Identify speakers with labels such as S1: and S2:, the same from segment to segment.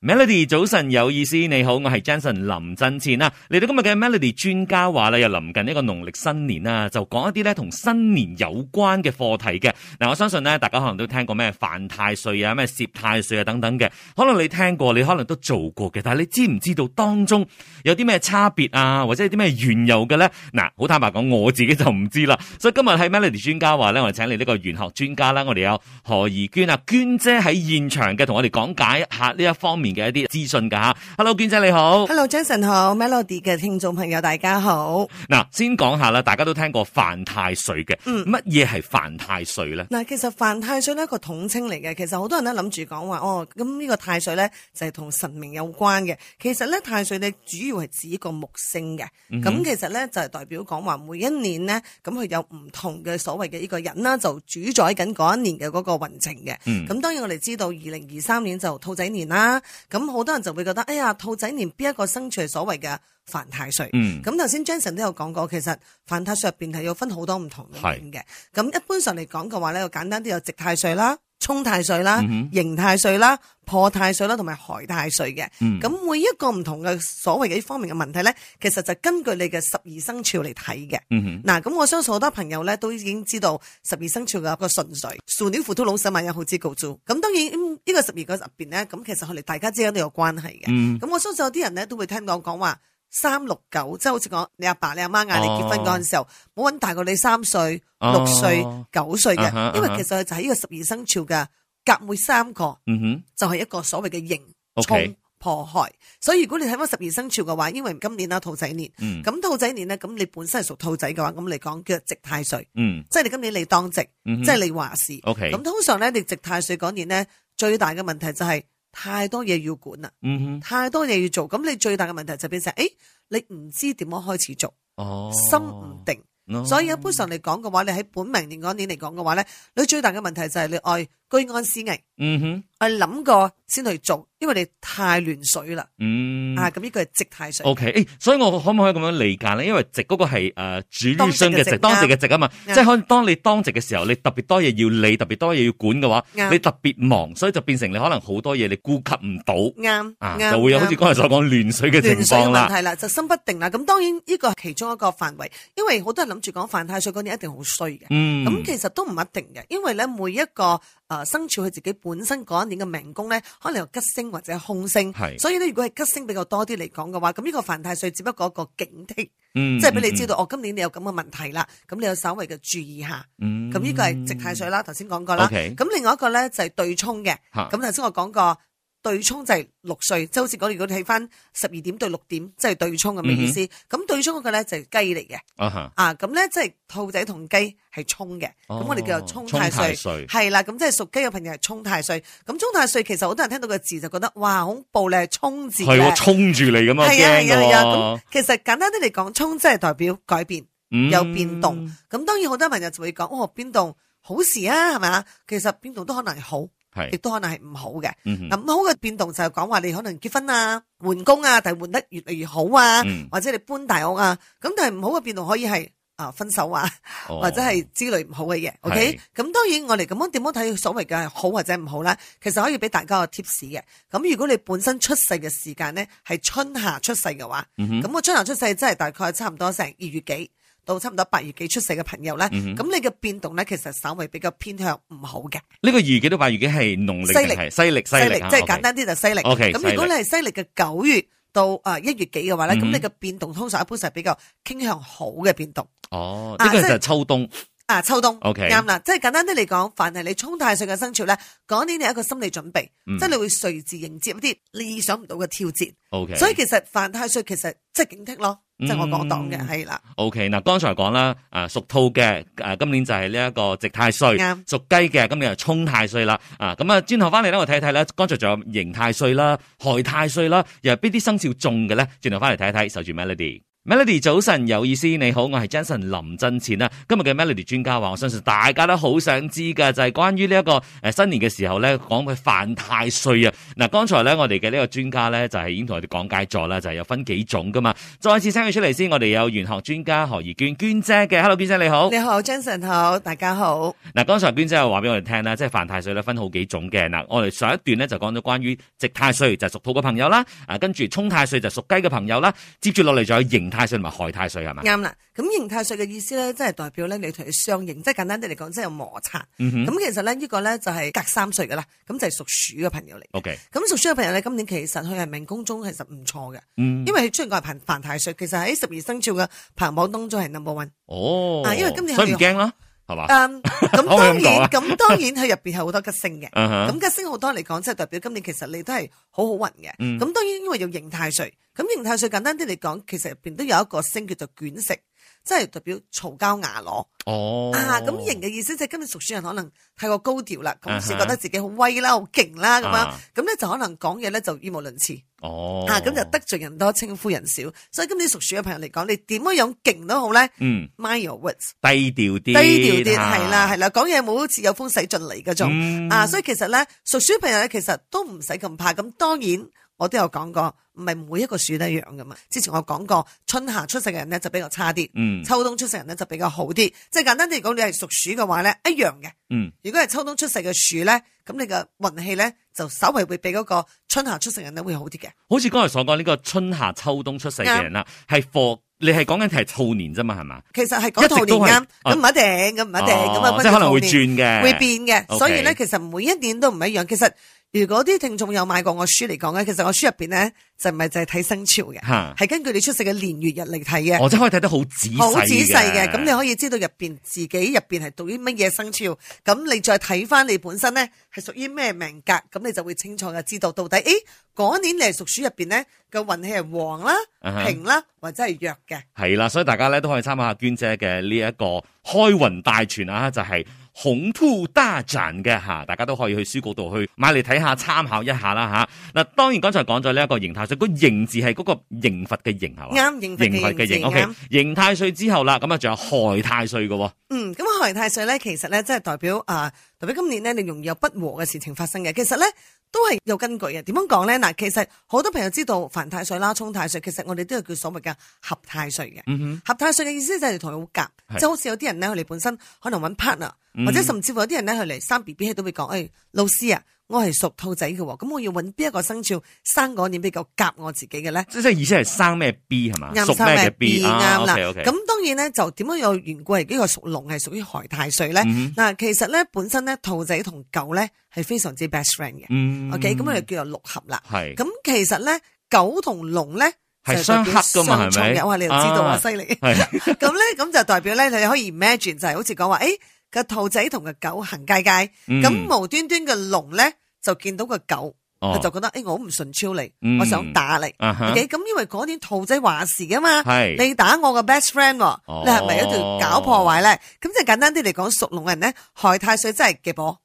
S1: Melody 早晨有意思，你好，我係 Jason 林振前啦。嚟到今日嘅 Melody 專家話咧，又臨近呢個農曆新年啦，就講一啲咧同新年有關嘅課題嘅。嗱，我相信咧，大家可能都聽過咩犯太歲啊、咩涉太歲啊等等嘅，可能你聽過，你可能都做過嘅，但係你知唔知道當中有啲咩差別啊，或者有啲咩緣由嘅咧？嗱，好坦白講，我自己就唔知啦。 所以今日喺 Melody 專家話咧，我哋請嚟呢個玄學專家啦，我哋有何怡娟啊，娟姐喺現場嘅，同我哋講解一下呢一方面。嘅一啲資訊㗎吓，Hello 娟姐你 好。
S2: Hello，Jason 好，Melody 嘅聽眾朋友大家好。
S1: 嗱，先講下啦，大家都聽過犯太歲嘅，乜嘢係犯太歲咧？
S2: 嗱，其實犯太歲呢一個統稱嚟嘅，其實好多人咧諗住講話哦，咁呢個太歲咧就係同神明有關嘅。其實咧太歲咧主要係指個木星嘅，咁、
S1: 嗯
S2: 其實咧就係代表講話每一年呢，咁佢有唔同嘅所謂嘅呢個人啦，就主宰緊嗰一年嘅嗰個運程嘅。
S1: 嗯
S2: 咁當然我哋知道二零二三年就兔仔年啦，咁好多人就會覺得，哎呀兔仔年邊一個生肖係所謂嘅犯太歲？
S1: 嗯，
S2: 咁頭先 Jason 都有講過，其實犯太歲入邊係有分好多唔同類型嘅。咁一般上嚟講嘅話咧，簡單啲有直太歲啦、沖太歲啦、
S1: 嗯
S2: 刑太歲啦、破太歲啦，同埋害太歲嘅。
S1: 嗯
S2: 咁、每一個唔同嘅所謂嘅呢方面嘅問題咧，其實就根據你嘅十二生肖嚟睇嘅。
S1: 嗯哼，
S2: 嗱，咁我相信好多朋友咧都已經知道十二生肖嘅一個順序，鼠鳥、虎兔、老鼠、馬、有好之告豬。咁當然嗯呢、個十二個入邊咧，咁其實佢哋大家之間都有關係嘅。
S1: 嗯，
S2: 咁我相信有啲人咧都會聽講講話三六九，即係好似講你阿爸你阿媽嗌你結婚嗰陣時候，冇揾大過你三歲、六歲
S1: 哦、
S2: 九歲
S1: 啊哈
S2: 嘅，因為
S1: 啊哈
S2: 其實就係呢個十二生肖嘅隔每三個
S1: 嗯哼
S2: 就係一個所謂嘅刑
S1: ，OK，
S2: 沖破害，所以如果你睇翻十二生肖嘅話，因為今年啦兔仔年，
S1: 嗯，
S2: 咁兔仔年咧，咁你本身係屬兔仔嘅話，咁嚟講叫做值太歲，
S1: 嗯，
S2: 即係你今年你當值，
S1: 嗯哼
S2: 即係你話事。
S1: OK，
S2: 咁通常咧，你值太歲嗰年咧，最大嘅問題就係太多嘢要管啦。
S1: 嗯哼，
S2: 太多嘢要做，咁你最大嘅問題就變成，誒，你唔知點樣開始做，
S1: 哦，
S2: 心唔定，
S1: 定
S2: 所以一般上嚟講嘅話，你喺本命年嗰年嚟講嘅話咧，你最大嘅問題就係你愛居安思危，
S1: 嗯哼，
S2: 愛諗過先去做，因為你太亂水啦，
S1: 嗯
S2: 啊，咁呢個係直太水，
S1: O K，誒，所以我可唔可以咁樣理解咧？因為值嗰個係誒主於生嘅值，當
S2: 當
S1: 值
S2: 值
S1: 嘅
S2: 嘅
S1: 值啊嘛，即
S2: 啱
S1: 係可能當你當值嘅時候，你特別多嘢要理，特別多嘢要管嘅話，
S2: 啱
S1: 你特別忙，所以就變成你可能好多嘢你顧及唔到
S2: 啱
S1: 啊，
S2: 啱，
S1: 就會有好似
S2: 啱
S1: 剛才所講亂水嘅情
S2: 亂水嘅
S1: 況啦
S2: 問。題啦，就心不定啦。咁當然呢個係其中一個範圍，因為好多人諗住講犯太歲嗰年一定好衰嘅。
S1: 嗯，
S2: 咁其實都唔一定嘅，因為咧每一個誒、呃生肖佢自己本身嗰一年嘅命宮咧，可能有吉星或者空星，
S1: 係
S2: 所以咧如果係吉星比較多啲嚟講嘅話，咁呢個犯太歲只不過一個警惕，
S1: 嗯
S2: 即係俾你知道，哦，今年你有咁嘅問題啦，咁你有稍微嘅注意下。
S1: 嗯，
S2: 咁呢個係直太歲啦，頭先講過啦。
S1: OK 啊
S2: 咁另外一個咧就係對沖嘅，
S1: 嚇
S2: 咁頭先我講過。對沖就係六歲，即係好似講，如果你睇翻十二點對六點，即係對沖咁嘅意
S1: 嗯
S2: 思。咁、對沖嗰個咧就係雞嚟嘅，
S1: 啊哈，
S2: 啊，咁咧即係兔仔同雞係沖嘅，咁、
S1: 哦
S2: 我哋叫做沖太
S1: 沖太
S2: 歲，
S1: 歲
S2: 係啦，咁即係屬雞嘅朋友係沖太歲。咁沖太歲其實好多人聽到個字就覺得哇恐怖，你係沖字
S1: 係
S2: 咧
S1: 喎，，衝住你咁啊，
S2: 係啊
S1: 驚
S2: 係啊係啊，咁
S1: 㗎
S2: 其實簡單啲嚟講，沖即係代表改變，
S1: 喎，
S2: 有變動。咁當然好多朋友就會講哦變動好事啊，係咪啊？其實變動都可能係好，亦
S1: 係，
S2: 都可能係唔好嘅。
S1: 嗯
S2: 嗱
S1: 哼
S2: 唔好嘅變動就係講話你可能結婚啊、換工啊，但係換得越嚟越好啊，
S1: 嗯
S2: 或者你搬大屋啊。咁但係唔好嘅變動可以係啊分手啊，
S1: 哦
S2: 或者係之類唔好嘅嘢。OK，咁當然我哋咁樣點樣睇所謂嘅好或者唔好啦，其實可以俾大家個 tips 嘅。咁如果你本身出世嘅時間呢係春夏出世嘅話，
S1: 嗯哼
S2: 咁我春夏出世真係大概差唔多成二月幾。到差唔多八月幾出世嘅朋友呢，咁、
S1: 嗯哼
S2: 你嘅變動呢，其實稍微比較偏向唔好嘅。
S1: 呢個預幾多八月幾係農曆定係西歷西
S2: 西
S1: 歷
S2: 歷，
S1: 啊
S2: 即係
S1: OK
S2: 簡單啲就西歷。
S1: OK，
S2: 咁如果
S1: 西
S2: 你係西歷嘅九月到啊一月幾嘅話咧，咁
S1: 嗯哼
S2: 你嘅變動通常一般就係比較傾向好嘅變動。
S1: 哦，
S2: 啊
S1: 呢個就
S2: 即
S1: 係
S2: 係
S1: 秋冬，
S2: 啊，秋冬
S1: OK
S2: 啱啦，即係簡單啲嚟講，凡係你沖太歲嘅生肖咧，嗰年你有一個心理準備，
S1: 嗯
S2: 即係你會隨時迎接一啲你意想唔到嘅挑戰。
S1: OK，
S2: 所以其實犯太歲其實即係警惕咯，即係我講黨嘅
S1: 嗯
S2: 係啦，
S1: OK 嗱，剛才講啦，啊屬兔嘅，啊今年就係呢一個值太歲，
S2: 啱
S1: 屬雞嘅今年就沖太歲啦，啊咁啊轉頭翻嚟咧，我睇睇啦，剛才仲有刑太歲啦、害太歲啦，又係邊啲生肖中嘅咧？轉頭翻嚟睇一睇，守住 Melody。 Melody 早晨有意思，你好，我係 Jason 林振前啦。今日嘅 Melody 專家話，我相信大家都好想知㗎，就係、關於呢一個誒新年嘅時候咧，講佢犯太歲啊。嗱，剛才咧我哋嘅呢個專家咧就係已經同我哋講解咗啦，就係、有分幾種噶嘛。再次請佢出嚟先，我哋有玄學專家何怡娟娟姐嘅，Hello 娟姐你好。
S2: 你好，Jason 好，大家好。
S1: 嗱，剛才娟姐又話俾我哋聽啦，即係犯太歲咧分好幾種嘅。嗱，我哋上一段咧就講咗關於直太歲就係屬兔嘅朋友啦，啊跟住沖太歲就係屬雞嘅朋友啦，接住落嚟仲有刑太歲同埋害太歲係嘛？
S2: 啱啦，咁形態術嘅意思咧，即係代表咧你同佢相應，即係簡單啲嚟講，即係有摩擦。咁、
S1: 嗯哼
S2: 其實咧呢個咧就係隔三歲噶啦，咁就係屬鼠嘅朋友嚟。
S1: ，OK，
S2: 咁屬鼠嘅朋友咧，今年其實佢係命宮中其實唔錯嘅，
S1: 嗯
S2: 因，為佢雖然講係犯犯太歲，其實喺十二生肖嘅排行榜當中係 number one。
S1: 哦，
S2: 啊因為今年
S1: 所
S2: 佢
S1: 以唔驚啦，係嘛？
S2: 嗯，咁
S1: 啊 可唔
S2: 當
S1: 可以咁講啊
S2: 然，咁當然佢入邊係好多吉星嘅。
S1: 嗯
S2: 咁
S1: 哼，
S2: 吉星好多嚟講，即係代表今年其實你都係好好運嘅。咁、
S1: 嗯
S2: 當然因為有形態税，咁形態税簡單啲嚟講，其實入邊都有一個星叫做卷食，即係代表嘈交牙攞、
S1: 哦，
S2: 啊。咁形嘅意思即係今日屬鼠人可能太過高調啦，咁先
S1: 啊哈
S2: 覺得自己好威啦、好勁啦咁樣
S1: 啊，
S2: 咁咧、就可能講嘢咧就語無倫次、
S1: 哦，
S2: 啊，咁就得罪人多，稱呼人少。所以今年屬鼠嘅朋友嚟講，你點樣樣勁都好咧
S1: 嗯，
S2: ，mind your words，
S1: 低調啲，低
S2: 低調啲係啦，係啦，講嘢冇好似有風使盡嚟嗰種。
S1: 嗯
S2: 啊，所以其實咧，屬鼠朋友咧，其實都唔使咁怕。咁當然，我都有講過，唔係每一個鼠都一樣噶嘛。之前我講過，春夏出世嘅人咧就比較差啲，
S1: 嗯
S2: 秋冬出世嘅人咧就比較好啲。即係簡單啲嚟講，你係屬鼠嘅話咧，一樣嘅。
S1: 嗯，
S2: 如果係秋冬出世嘅鼠咧，咁你嘅運氣咧就稍微會比嗰個春夏出世嘅人咧會好啲嘅。
S1: 好似剛才所講呢個春夏秋冬出世嘅人啦，係貨，你係講緊係兔年啫嘛，係嘛？
S2: 其實係講
S1: 一直
S2: 兔
S1: 都
S2: 年
S1: 係
S2: 啱，
S1: 啊
S2: 咁唔一定，咁唔一定，咁啊
S1: 哦
S2: 分
S1: 即係可能
S2: 兔
S1: 會
S2: 年
S1: 轉嘅，
S2: 會變嘅
S1: OK
S2: 所以咧其實每一年都唔一樣。其實如果啲聽眾有買過我書嚟講咧，其實我書入邊咧就唔係就係睇生肖嘅，
S1: 嚇哦
S2: 係根據你出世嘅年月日嚟睇嘅。
S1: 我真係可以睇得好仔細，
S2: 好仔細嘅，咁你可以知道入邊自己入邊係屬於乜嘢生肖，咁你再睇翻你本身咧係屬於咩命格，咁你就會清楚嘅知道到底，誒嗰年你係屬鼠入邊咧嘅運氣係旺啦、
S1: 啊哈
S2: 平啦或者係弱嘅。
S1: 係啦，所以大家咧都可以參考下娟姐嘅呢一個開運大全啊，就係、恐怖大展嘅嚇，大家都可以去書局度去買嚟睇下，參考一下啦嚇。嗱，當然剛才講咗呢一個形態，所以個形字係嗰個刑罰嘅刑係嘛？
S2: 啱刑罰嘅
S1: 罰嘅
S2: 刑
S1: 刑
S2: 字
S1: ，OK
S2: 啱。
S1: 刑太歲之後啦，咁啊仲有害太歲嘅喎。
S2: 嗯，咁害太歲咧，其實咧，即係代表啊、代表今年咧，你容易有不和嘅事情發生嘅。其實咧，都係有根據嘅。點樣講咧？嗱，其實好多朋友知道犯太歲啦、沖太歲，其實我哋都有叫所謂嘅合太歲嘅。
S1: 嗯哼，
S2: 合太歲嘅意思就係同佢好
S1: 係嗯
S2: 夾，就好似有啲人咧，佢哋本身可能揾 partner，、或者甚至乎有啲人咧，佢嚟生 B B 都會講，誒、老師啊，我係屬兔仔嘅喎，咁我要揾邊一個生肖生嗰年比較夾我自己嘅咧？
S1: 即係意思係生咩 B 係嘛？
S2: 啱
S1: 屬
S2: 生
S1: 咩
S2: 咩
S1: 嘅 B 啊
S2: 啱啦。
S1: ？OK OK。
S2: 咁當然咧，就點樣有緣故係呢個屬龍係屬於害太歲咧？
S1: 嗯
S2: 嗱，其實咧本身咧兔仔同狗咧係非常之 best friend 嘅。
S1: 嗯
S2: OK，咁我哋叫做六合啦。
S1: 係
S2: 咁其實咧狗同龍咧
S1: 係
S2: 就代表
S1: 相克㗎嘛係
S2: 相沖
S1: 咪
S2: 嘅哇，你又知道
S1: 啊
S2: 啊，犀利。
S1: 係
S2: 咁咧咁就代表咧，你可以 imagine 就係好似講話，誒個兔仔同個狗行街街，
S1: 嗯
S2: 咁無端端嘅龍咧就見到個狗，
S1: 哦
S2: 佢就覺得誒我好唔順超
S1: 嗯
S2: 你，我想打你。
S1: 啊哈
S2: OK，咁因為嗰年兔仔話事噶嘛，
S1: 係
S2: 你打我個 best friend，喎
S1: 哦
S2: 你係咪喺度搞破壞咧？咁即係簡單啲嚟講，屬龍嘅人咧害太歲真係 忌火，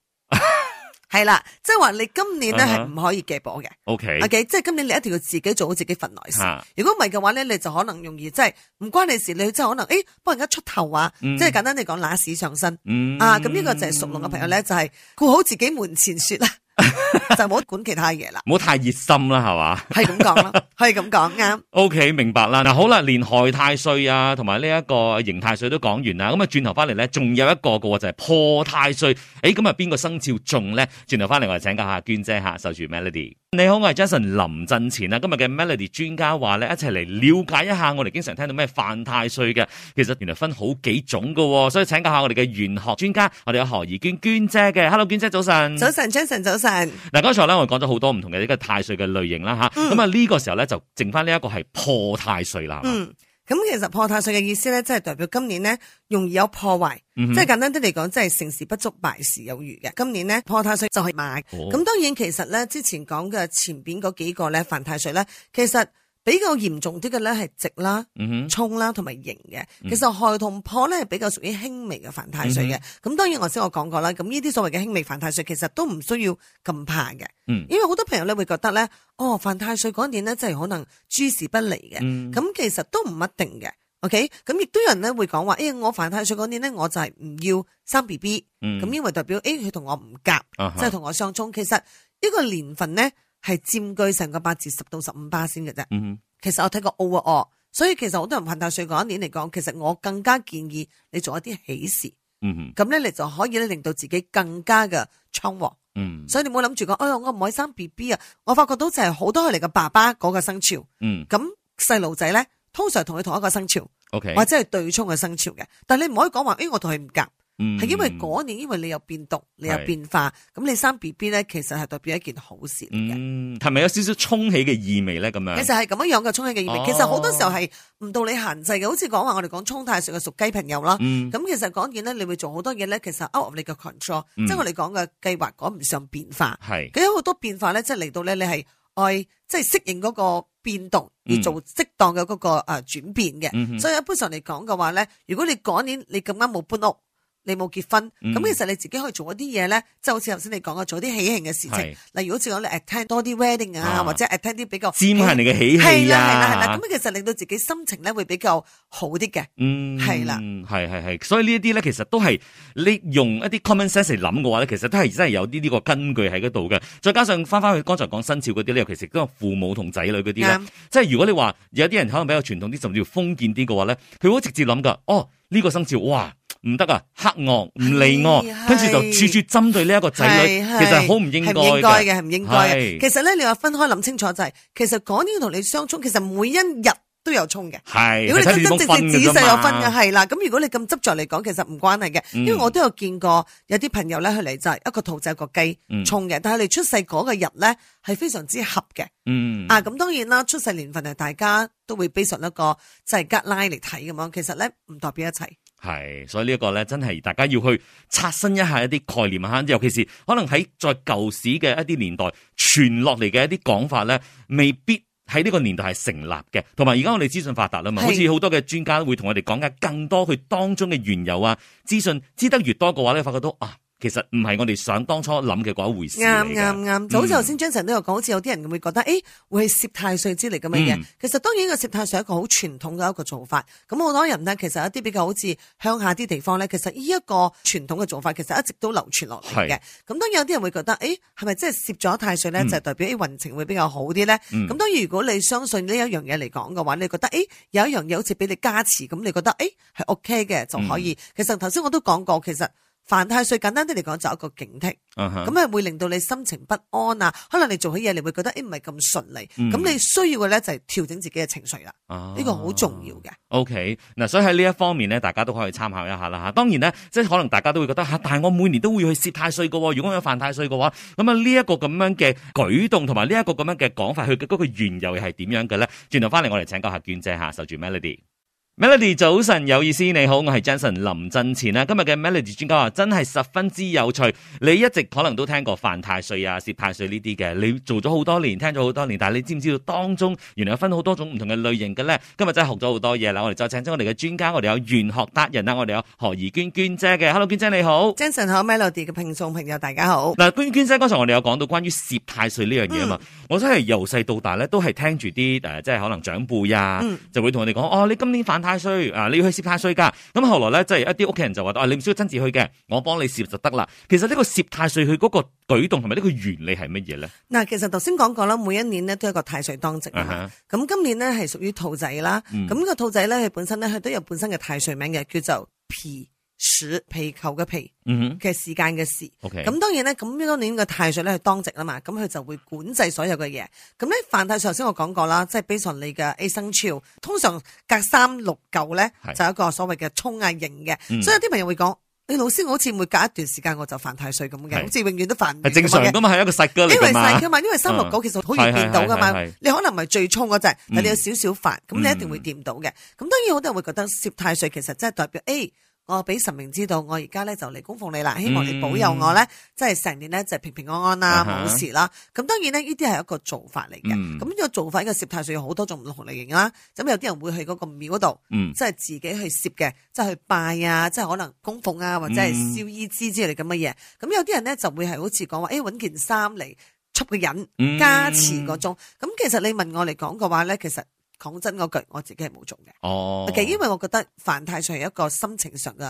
S2: 係啦，即係話你今年咧
S1: 啊哈
S2: 係唔可以忌火嘅。
S1: OK
S2: OK，即係今年你一定要自己做好自己份內事
S1: 嚇。
S2: 如果唔係嘅話咧，你就可能容易即係唔關你事，你即係可能誒幫人家出頭啊，
S1: 嗯
S2: 即係簡單嚟講揦屎上身。
S1: 嗯
S2: 啊，咁呢個就係屬龍嘅朋友咧，就係顧好自己門前雪 啦，就唔好管其他嘢啦，
S1: 唔好太熱心啦，係嘛？
S2: 係咁講啦，可以咁講啱。
S1: O、k 明白啦。嗱，好啦，連害太歲啊，同埋呢一個刑太歲都講完啦。咁啊，轉頭翻嚟咧，仲有一個嘅喎，就係、破太歲。誒，咁啊，邊個生肖中咧？轉頭翻嚟，我哋請教下娟姐嚇，守住 Melody。你好，我係 Jason 林振前啊。今日嘅 Melody 專家話咧，一齊嚟了解一下我哋經常聽到咩犯太歲嘅，其實原來分好幾種嘅喎。所以請教下我哋嘅玄學專家，我哋有何怡娟娟姐嘅。Hello，娟姐早晨。
S2: 早晨，Jason，早晨。
S1: 嗱，剛才咧我哋講咗好多唔同嘅呢個太歲嘅類型啦吓，
S2: 嗯
S1: 咁啊呢個時候咧就剩翻呢一個係破太歲啦，係嘛
S2: 嗯，咁其實破太歲嘅意思咧，即係代表今年咧容易有破壞，
S1: 嗯哼
S2: 即係簡單啲嚟講，即係成事不足，敗事有餘嘅。今年咧破太歲就係馬。
S1: 哦
S2: 咁當然其實咧之前講嘅前邊嗰幾個咧犯太歲咧，其實比較嚴重啲嘅咧係直啦、
S1: 嗯哼，
S2: 沖啦同埋刑嘅。其實害同破咧係比較屬於輕微嘅犯太歲
S1: 嗯
S2: 嘅。咁當然我先我講過啦，咁呢啲所謂嘅輕微犯太歲其實都唔需要咁怕嘅。
S1: 嗯
S2: 因為好多朋友咧會覺得咧，哦犯太歲嗰年咧真係可能諸事不利嘅。
S1: 嗯
S2: 咁其實都唔一定嘅。OK，咁亦都有人咧會講話，誒、哎我犯太歲嗰年咧，我就係唔要生 B B，
S1: 嗯
S2: 咁因為代表誒佢同我唔夾，
S1: 啊哈
S2: 即係同我相沖。其實呢個年份咧係佔據成個八至十到十五巴先嘅啫。
S1: 嗯哼
S2: 其實我睇過 O 啊 O，所以其實好多人犯太歲嗰一年嚟講，其實我更加建議你做一啲喜事，
S1: 嗯哼
S2: 咁咧你就可以咧令到自己更加嘅昌旺。
S1: 嗯
S2: 所以你唔好諗住講，哎呀我唔可以生 B B 啊！我發覺到就係好多佢哋嘅爸爸嗰個生肖。
S1: 嗯
S2: 咁細路仔咧，通常同佢同一個生肖，
S1: ，OK，
S2: 或者係對沖嘅生肖嘅。但係你唔可以講話，誒、我同佢唔夾，係、
S1: 嗯
S2: 因為嗰年因為你有變動，你有
S1: 係
S2: 變化，咁你生 B B 咧，其實係代表一件好事嚟嘅。
S1: 嗯係咪有少少沖起嘅意味咧？咁樣
S2: 其實係咁樣樣嘅沖起嘅意味，
S1: 哦
S2: 其實好多時候係唔到你限制嘅，好似講話我哋講沖太歲嘅屬雞朋友啦。
S1: 嗯
S2: 咁其實講嘢咧，你會做好多嘢咧，其實 out of 你嘅 control，、
S1: 嗯
S2: 即係我哋講嘅計劃趕唔上變化。
S1: 係
S2: 佢有好多變化咧，即係嚟到咧，你係愛即係適應嗰個變動，
S1: 嗯
S2: 而做適當嘅嗰個誒轉變嘅。
S1: 嗯哼
S2: 所以一般上嚟講嘅話咧，如果你嗰年你咁啱冇搬屋，你冇結婚，咁、
S1: 嗯
S2: 其實你自己可以做一啲嘢咧，即係好似頭先你講嘅，做啲喜慶嘅事
S1: 係
S2: 情，例如好似講你 attend 多啲 wedding 啊，
S1: 啊
S2: 或者 attend 啲比較
S1: 沾下人哋嘅喜
S2: 係
S1: 氣
S2: 啦係啦係
S1: 啊
S2: 啦，咁，其實令到自己心情咧會比較好啲嘅。
S1: 嗯，
S2: 係啦
S1: 係係係，所以呢一啲咧，其實都係你用一啲 common sense 嚟諗嘅話咧，其實都係真係有啲呢個根據喺嗰度嘅。再加上翻翻去剛才講生肖嗰啲咧，尤其是嗰個父母同仔女嗰啲咧
S2: 啱，
S1: 即係如果你話有啲人可能比較傳統啲，甚至乎封建啲嘅話咧，佢好直接諗噶，哦呢、個生肖哇唔得啊，黑我唔理我
S2: 係，
S1: 跟住就處處針對呢一個仔女，
S2: 係
S1: 其實係好唔應該
S2: 係唔應該
S1: 嘅。
S2: 嘅，係唔應該嘅。
S1: 係
S2: 其實咧，你話分開諗清楚就係、其實講呢個同你相沖，其實每一日都有沖嘅。
S1: 係，
S2: 如果你
S1: 係睇
S2: 真
S1: 你點樣
S2: 真正
S1: 分
S2: 正仔
S1: 嘅啫
S2: 細有分
S1: 嘛
S2: 嘅，係啦。咁如果你咁執着嚟講，其實唔關係嘅，因為
S1: 嗯
S2: 我都有見過有啲朋友咧，佢嚟就係一個兔仔一個雞
S1: 嗯
S2: 沖嘅，但係佢哋出世嗰個日咧係非常之合嘅。
S1: 嗯，
S2: 啊，咁當然啦，出世年份係大家都會 base on 一個即係 guideline 嚟睇咁樣，其實咧唔代表一切。
S1: 係，所以呢一個咧，真係大家要去刷新一下一啲概念啊，尤其是可能喺在舊時嘅一啲年代傳落嚟嘅一啲講法咧，未必。喺呢個年代係成立嘅，同埋而家我哋資訊發達啦嘛，
S2: 係
S1: 好似好多嘅專家會同我哋講解更多佢當中嘅緣由啊，資訊知得越多嘅話咧，發覺到啊，其實唔係我哋想當初諗嘅嗰一回事嚟嗯
S2: 啱
S1: 嘅
S2: 啱啱，就好似頭先 Jason 都有講，好似有啲人會覺得，誒會係攝太歲之類咁嘅嘢。
S1: 嗯
S2: 其實當然個攝太歲係一個好傳統嘅一個做法。咁好多人呢，其實一啲比較好似鄉下啲地方咧，其實呢一個傳統嘅做法，其實一直都流傳落嚟
S1: 係
S2: 嘅。咁當然有啲人會覺得，誒係咪即係攝咗太歲咧，
S1: 嗯
S2: 就代表啲運程會比較好啲咧？
S1: 嗯
S2: 咁當然如果你相信呢一樣嘢嚟講嘅話，你覺得，誒有一樣嘢好似俾你加持，咁你覺得，誒係 OK 嘅就可
S1: 嗯
S2: 以。其實頭先我都講過，其實犯太歲簡單啲嚟講就係一個警惕。
S1: 啊哈
S2: 咁啊會令到你心情不安啊，可能你做起嘢你會覺得誒唔係咁順利，
S1: 嗯
S2: 咁、你需要嘅咧就係調整自己嘅情緒啦，
S1: 啊
S2: 呢、個好重要嘅。
S1: OK，嗱，所以喺呢一方面咧，大家都可以參考一下啦嚇。當然咧，即係可能大家都會覺得嚇，啊但係我每年都會去攝太歲嘅喎。如果我有犯太歲嘅話，咁啊呢一個咁樣嘅舉動同埋呢一個咁樣嘅講法，佢嘅嗰個緣由係點樣嘅咧？轉頭翻嚟，我哋請教下娟姐嚇，守住 Melody。Melody 早晨有意思，你好，我係 Jason 林振前啊啦。今日嘅 Melody 專家話真係十分之有趣。你一直可能都聽過犯太歲啊、攝太歲呢啲嘅，你做咗好多年，聽咗好多年，但係你知唔知道當中原來有分好多種唔同嘅類型嘅咧？今日真係學咗好多嘢啦！我哋再請出我哋嘅專家，我哋有玄學達人啦，我哋有何怡娟娟姐嘅，Hello 娟姐你好。
S2: Jason 好 Melody 嘅聽眾朋友大家好，
S1: 嗱，娟娟姐，剛才我哋有講到關於攝太歲呢樣嘢啊嘛，
S2: 嗯
S1: 我真係由細到大咧都係聽住啲誒，即係可能長輩啊，
S2: 嗯
S1: 就會同我哋講，哦，你今年犯太歲啊，你要去攝太歲㗎。咁後來咧，即係一啲屋企人就話，啊，你唔需要親自去嘅，我幫你攝就得啦。其實呢個攝太歲佢嗰個舉動同埋呢個原理係乜嘢咧？
S2: 嗱其實頭先講過啦，每一年呢都有一個太歲當值啊嘛
S1: 啊
S2: 咁今年呢係屬於兔仔啦，
S1: 嗯
S2: 咁、個兔仔咧佢本身咧佢都有本身嘅太歲名嘅，叫做皮屎皮球嘅皮
S1: 嗯哼
S2: 嘅時間嘅時。
S1: ，OK，
S2: 咁當然咧，咁當年嘅太歲咧係當值啦嘛，咁佢就會管制所有嘅嘢。咁咧犯太歲頭先我講過啦，即係 based on 你嘅 A 生肖，通常隔三六九咧
S1: 係
S2: 就有一個所謂嘅沖啊刑嘅，
S1: 嗯
S2: 所以有啲朋友會講：，你、老師我好似每隔一段時間我就犯太歲咁嘅，
S1: 係
S2: 好似永遠都犯唔完
S1: 係正常
S2: 咁嘅。
S1: 噶嘛，係一個實㗎嚟
S2: 因為
S1: 㗎嘛
S2: 細噶。嘛，因為三六九其實好易見到噶嘛
S1: 係係係係係，
S2: 你可能唔係最衝嗰隻，但你有
S1: 嗯
S2: 少少煩，咁你一定會掂到嘅。咁當然好多人會覺得攝太歲其實真係代表，誒我俾神明知道，我而家咧就嚟供奉你啦，希望你保佑我咧，即係成年咧就平平安安啦，
S1: 嗯啊哈
S2: 冇事啦。咁當然咧，呢啲係一個做法嚟嘅。
S1: 嗯
S2: 咁呢個做法呢個攝太歲有好多種唔同類型啦。咁有啲人會去嗰個廟嗰度，
S1: 嗯
S2: 即係自己去攝嘅，即係去拜啊，即係可能供奉啊，或者係
S1: 嗯
S2: 燒衣枝之類咁嘅嘢。咁有啲人咧就會係好似講話，誒揾件衫嚟束個人。
S1: 嗯
S2: 加持嗰種。咁其實你問我嚟講嘅話咧，其實講真嗰句，我自己係冇做嘅。
S1: 哦，
S2: 其實因為我覺得犯太歲係一個心情上嘅，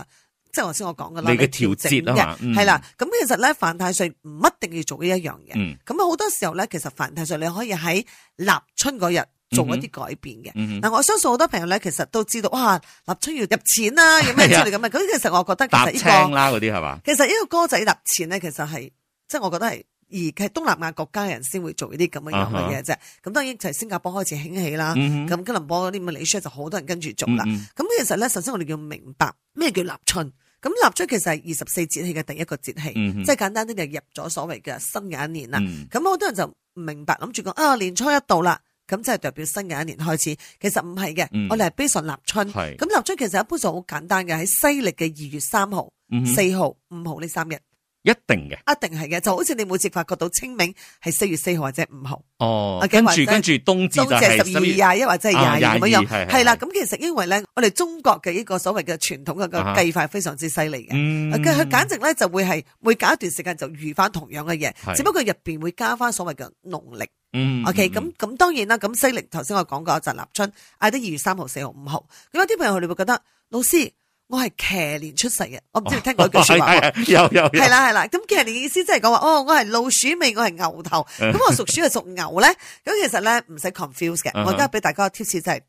S2: 即係頭先我講嘅啦，
S1: 你嘅調
S2: 調整
S1: 節啊
S2: 嘅
S1: 嘛，嗯
S2: 係啦。咁其實咧犯太歲唔一定要做呢一樣嘢。
S1: 嗯
S2: 咁好多時候咧，其實犯太歲你可以喺立春嗰日做一啲改變嘅。
S1: 嗯哼，
S2: 嗱，我相信好多朋友咧，其實都知道，哇，立春要入 錢啦，有咩之類咁嘅。咁其實我覺得其
S1: 啊搭
S2: 實呢、
S1: 青
S2: 個。
S1: 啦嗰啲係嘛？
S2: 其實呢個歌仔立錢咧，其實係即係我覺得係而係東南亞國家人先會做呢啲咁樣樣嘅嘢啫。咁當然就係新加坡開始興起啦，
S1: 啊嗯哼
S2: 咁吉隆坡嗰啲咁嘅 Malaysia 就好多人跟住做啦。
S1: 嗯
S2: 咁其實咧，首先我哋要明白咩叫立春。咁立春其實係二十四節氣嘅第一個節氣，
S1: 嗯哼
S2: 即係簡單啲就入咗所謂嘅新嘅一年啦。
S1: 嗯
S2: 咁好多人就唔明白，諗住講啊年初一到啦，咁即係代表新嘅一年開始。其實唔係嘅，
S1: 嗯
S2: 我哋係 based on 立春。
S1: 係
S2: 咁立春其實一般就好簡單嘅，喺西歷嘅二月三號、
S1: 嗯哼
S2: 四號、五號呢三日，一
S1: 一定嘅。
S2: 定係嘅。就好似你每次發覺到清明係四月四號或者五號，
S1: 哦，
S2: 啊
S1: 跟
S2: 或
S1: 住
S2: 者
S1: 跟住冬至就
S2: 冬至係
S1: 係
S2: 十二月廿一或者係廿二咁
S1: 啊22
S2: 樣
S1: 係
S2: 樣，
S1: 係
S2: 係啦。
S1: 係
S2: 咁其實因為咧，我哋中國嘅呢個所謂嘅傳統嘅個
S1: 啊哈
S2: 計法非常之犀利嘅。啊
S1: 嗯，
S2: 佢佢簡直咧就會係每隔一段時間就遇翻同樣嘅嘢，
S1: 係
S2: 只不過入邊會加翻所謂嘅農曆。
S1: 嗯
S2: OK，
S1: 嗯
S2: 咁咁當然啦，咁西歷頭先我講過就立春，嗌得二月三號、四號、五號。咁有啲朋友佢哋會覺得，老師我係騎年出世嘅，我唔知你聽過呢句説話冇？
S1: 哦係啊係有有
S2: 係啦係啦，咁騎年嘅意思即係講話，哦，我係老鼠尾，我係牛 頭，
S1: 嗯
S2: 咁我屬鼠係屬牛咧。咁其實咧唔使 confuse 嘅，
S1: 嗯哼
S2: 我而家俾大家個 tips 就係，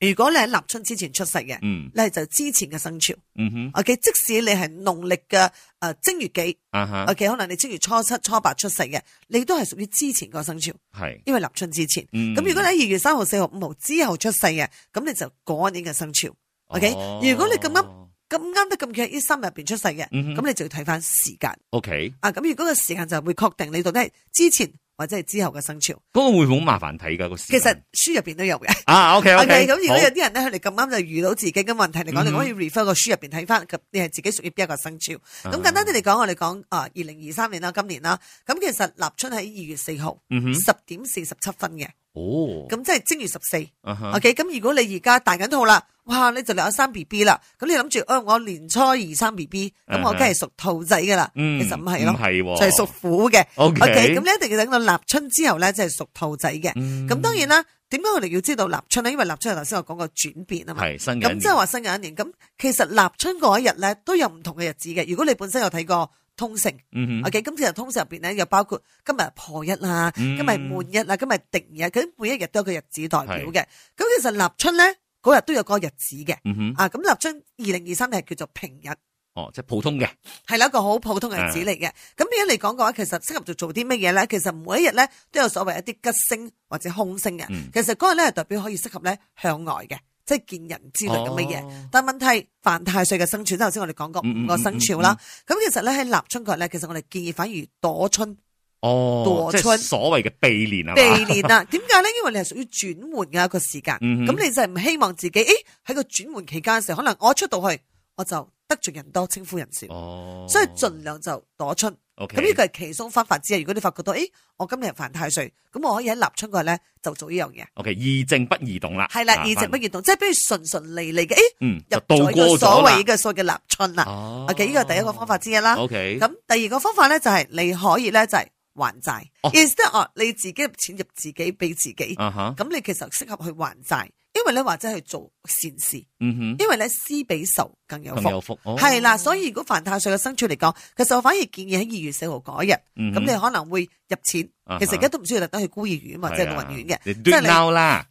S2: 如果你喺立春之前出世嘅，
S1: 嗯
S2: 你係就之前嘅生肖。
S1: 嗯哼
S2: OK，即使你係農曆嘅誒正月幾
S1: 啊哈
S2: ，OK，可能你正月初七、初八出世嘅，你都係屬於之前個生肖，
S1: 係
S2: 因為立春之前。
S1: 嗯
S2: 咁如果你喺二月三號、四號、五號之後出世嘅，咁你就嗰一年嘅生肖。OK，
S1: 哦
S2: 如果你咁啱咁啱得咁巧喺呢三日入邊出世嘅，咁、
S1: 嗯哼
S2: 你就要睇翻時間
S1: ，OK，
S2: 啊。咁如果個時間就會確定你到底係之前或者係之後嘅生肖。
S1: 嗰個會好麻煩睇㗎個時間。
S2: 其實書入邊都有嘅。
S1: 啊，OK
S2: OK，
S1: OK，
S2: 咁如果有啲人咧，佢哋咁啱就遇到自己嘅問題嚟講，
S1: 嗯
S2: 你可以 refer 個書入邊睇翻，咁你係自己屬於邊一個生肖。
S1: 啊
S2: 咁簡單啲嚟講，我哋講啊，二零二三年啦，今年啦，咁其實立春喺二月四號
S1: 嗯哼
S2: 十點四十七分嘅，
S1: 哦，
S2: 咁即係正月十四。
S1: 啊哈
S2: OK，咁如果你而家大緊肚啦，哇，你就嚟有生 B B 啦，咁你諗住，哦，我年初二生 B B，咁我梗係屬兔仔噶啦，
S1: 嗯
S2: 其實唔係
S1: 唔係
S2: 咯，
S1: 喎
S2: 就係屬虎嘅。
S1: OK
S2: 咁你一定要等到立春之後咧，即係屬兔仔嘅。
S1: 嗯
S2: 咁當然啦，點解我哋要知道立春咧？因為立春係頭先我講過轉變啊嘛。
S1: 係新嘅一
S2: 咁即係
S1: 年，
S2: 話新嘅一年，咁其實立春嗰一日咧都有唔同嘅日子嘅。如果你本身有睇過通勝。
S1: 嗯哼
S2: OK，咁其實通常入邊咧，又包括今日係破一啦，
S1: 嗯
S2: 今日係滿一啦，今日係定日，咁每一日都有個日子代表嘅。咁其實立春咧嗰日都有個日子嘅。
S1: 嗯哼，
S2: 啊，咁立春二零二三係叫做平日，
S1: 哦，即係普通嘅，
S2: 係啦一個好普通嘅日子嚟
S1: 嗯
S2: 嘅。咁而家嚟講嘅話，其實適合做做啲乜嘢咧？其實每一日咧都有所謂一啲吉星或者凶星嘅。
S1: 嗯
S2: 其實嗰日咧係代表可以適合咧向外嘅，即係見人之類咁嘅嘢。
S1: 哦
S2: 但問題犯太歲嘅生肖，頭先我哋講過
S1: 嗯嗯
S2: 五個生肖啦。咁其實咧喺立春嗰日咧，其實我哋建議反而躲春。
S1: 哦
S2: 墮，
S1: 即
S2: 春
S1: 係所謂嘅避年啊嘛，
S2: 避年啊？點解咧？因為你係屬於轉換嘅一個時間，咁、
S1: 嗯哼
S2: 你就係唔希望自己，誒喺個轉換期間嘅時候，可能我一出到去我就得罪人多，稱呼人少，
S1: 哦，
S2: 所以盡量就躲春。
S1: OK，
S2: 咁呢個係其中方法之一。如果你發覺到，誒我今日係犯太歲，咁我可以喺立春嗰日咧就做呢樣嘢。
S1: OK，宜靜不宜動啦，
S2: 係啦，
S1: 啊
S2: 以直不，
S1: 反
S2: 移動，即係比如順順利利嘅，誒
S1: 嗯，
S2: 入
S1: 就渡
S2: 咗呢個
S1: 過
S2: 所
S1: 咗啦
S2: 謂嘅所謂嘅立春啦。
S1: 哦
S2: OK，呢個係第一個方法之一啦。
S1: ，OK，
S2: 咁第二個方法咧就係你可以咧就係還債
S1: 哦
S2: ，instead of 你自己入錢入自己俾自己。
S1: 啊哈，
S2: 咁你其實適合去還債，因為咧或者去做善事，
S1: 嗯哼，
S2: 因為咧施比受更有
S1: 更
S2: 福
S1: 有。福，哦
S2: 係啦，所以如果犯太歲嘅生肖嚟講，其實我反而建議喺二月四號嗰日，咁、
S1: 嗯哼
S2: 你可能會入錢。
S1: 啊哈
S2: 其實而家都唔需要特登去孤兒院或者
S1: 係
S2: 老
S1: 啊
S2: 人院嘅，
S1: 你
S2: 即係你
S1: do now 啦，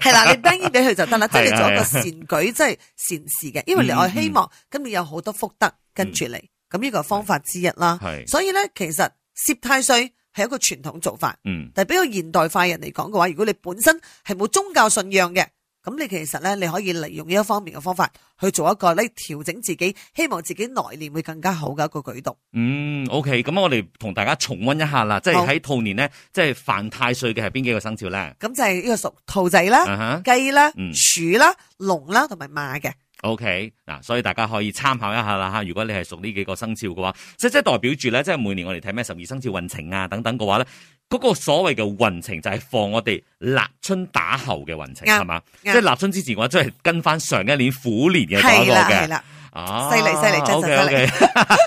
S2: 係啦，你 bang 俾佢就得啦，即係你
S1: 係啊
S2: 做一個善舉，即係善事嘅。因為你
S1: 嗯
S2: 我希望今年有好多福德跟住嚟，咁呢個係方法之一啦。
S1: 係
S2: 所以咧，其實攝太歲係一個傳統做法。
S1: 嗯，
S2: 但係比較現代化人嚟講嘅話，如果你本身係冇宗教信仰嘅，咁你其實咧，你可以利用呢一方面嘅方法去做一個咧調整自己，希望自己內練會更加好嘅一個舉動。
S1: 嗯，OK，咁我哋同大家重溫一下啦，即係
S2: 好啊
S1: 喺兔年咧，即係犯太歲嘅係邊幾個生肖咧？
S2: 咁就係呢個屬兔仔啦、
S1: 啊哈
S2: 雞啦、
S1: 嗯
S2: 鼠啦、龍啦同埋馬嘅。
S1: ，OK，嗱，所以大家可以參考一下啦吓。如果你係屬呢幾個生肖嘅話，即即係代表住咧，即係每年我哋睇咩十二生肖運程啊等等嘅話咧，嗰、個所謂嘅運程就係放我哋立春打後嘅運程
S2: 啱
S1: 係嘛？即
S2: 啱
S1: 係立春之前嘅話，即係跟翻上一年虎年嘅嗰
S2: 係
S1: 個
S2: 啦
S1: 嘅
S2: 係。啦，
S1: 啊，
S2: 犀利犀利真
S1: O
S2: 係
S1: K O
S2: 犀
S1: K，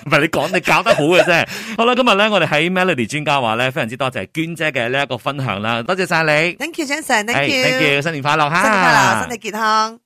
S1: 唔 係你講你搞得好嘅啫。好啦，今日咧我哋喺 Melody 專家話咧，非常之多謝娟姐嘅呢一個分享啦，多謝晒你。
S2: thank you Jason，thank
S1: Hey，thank 啊
S2: you，
S1: you，新年快樂
S2: 新
S1: 哈！
S2: 年快樂，身體健康。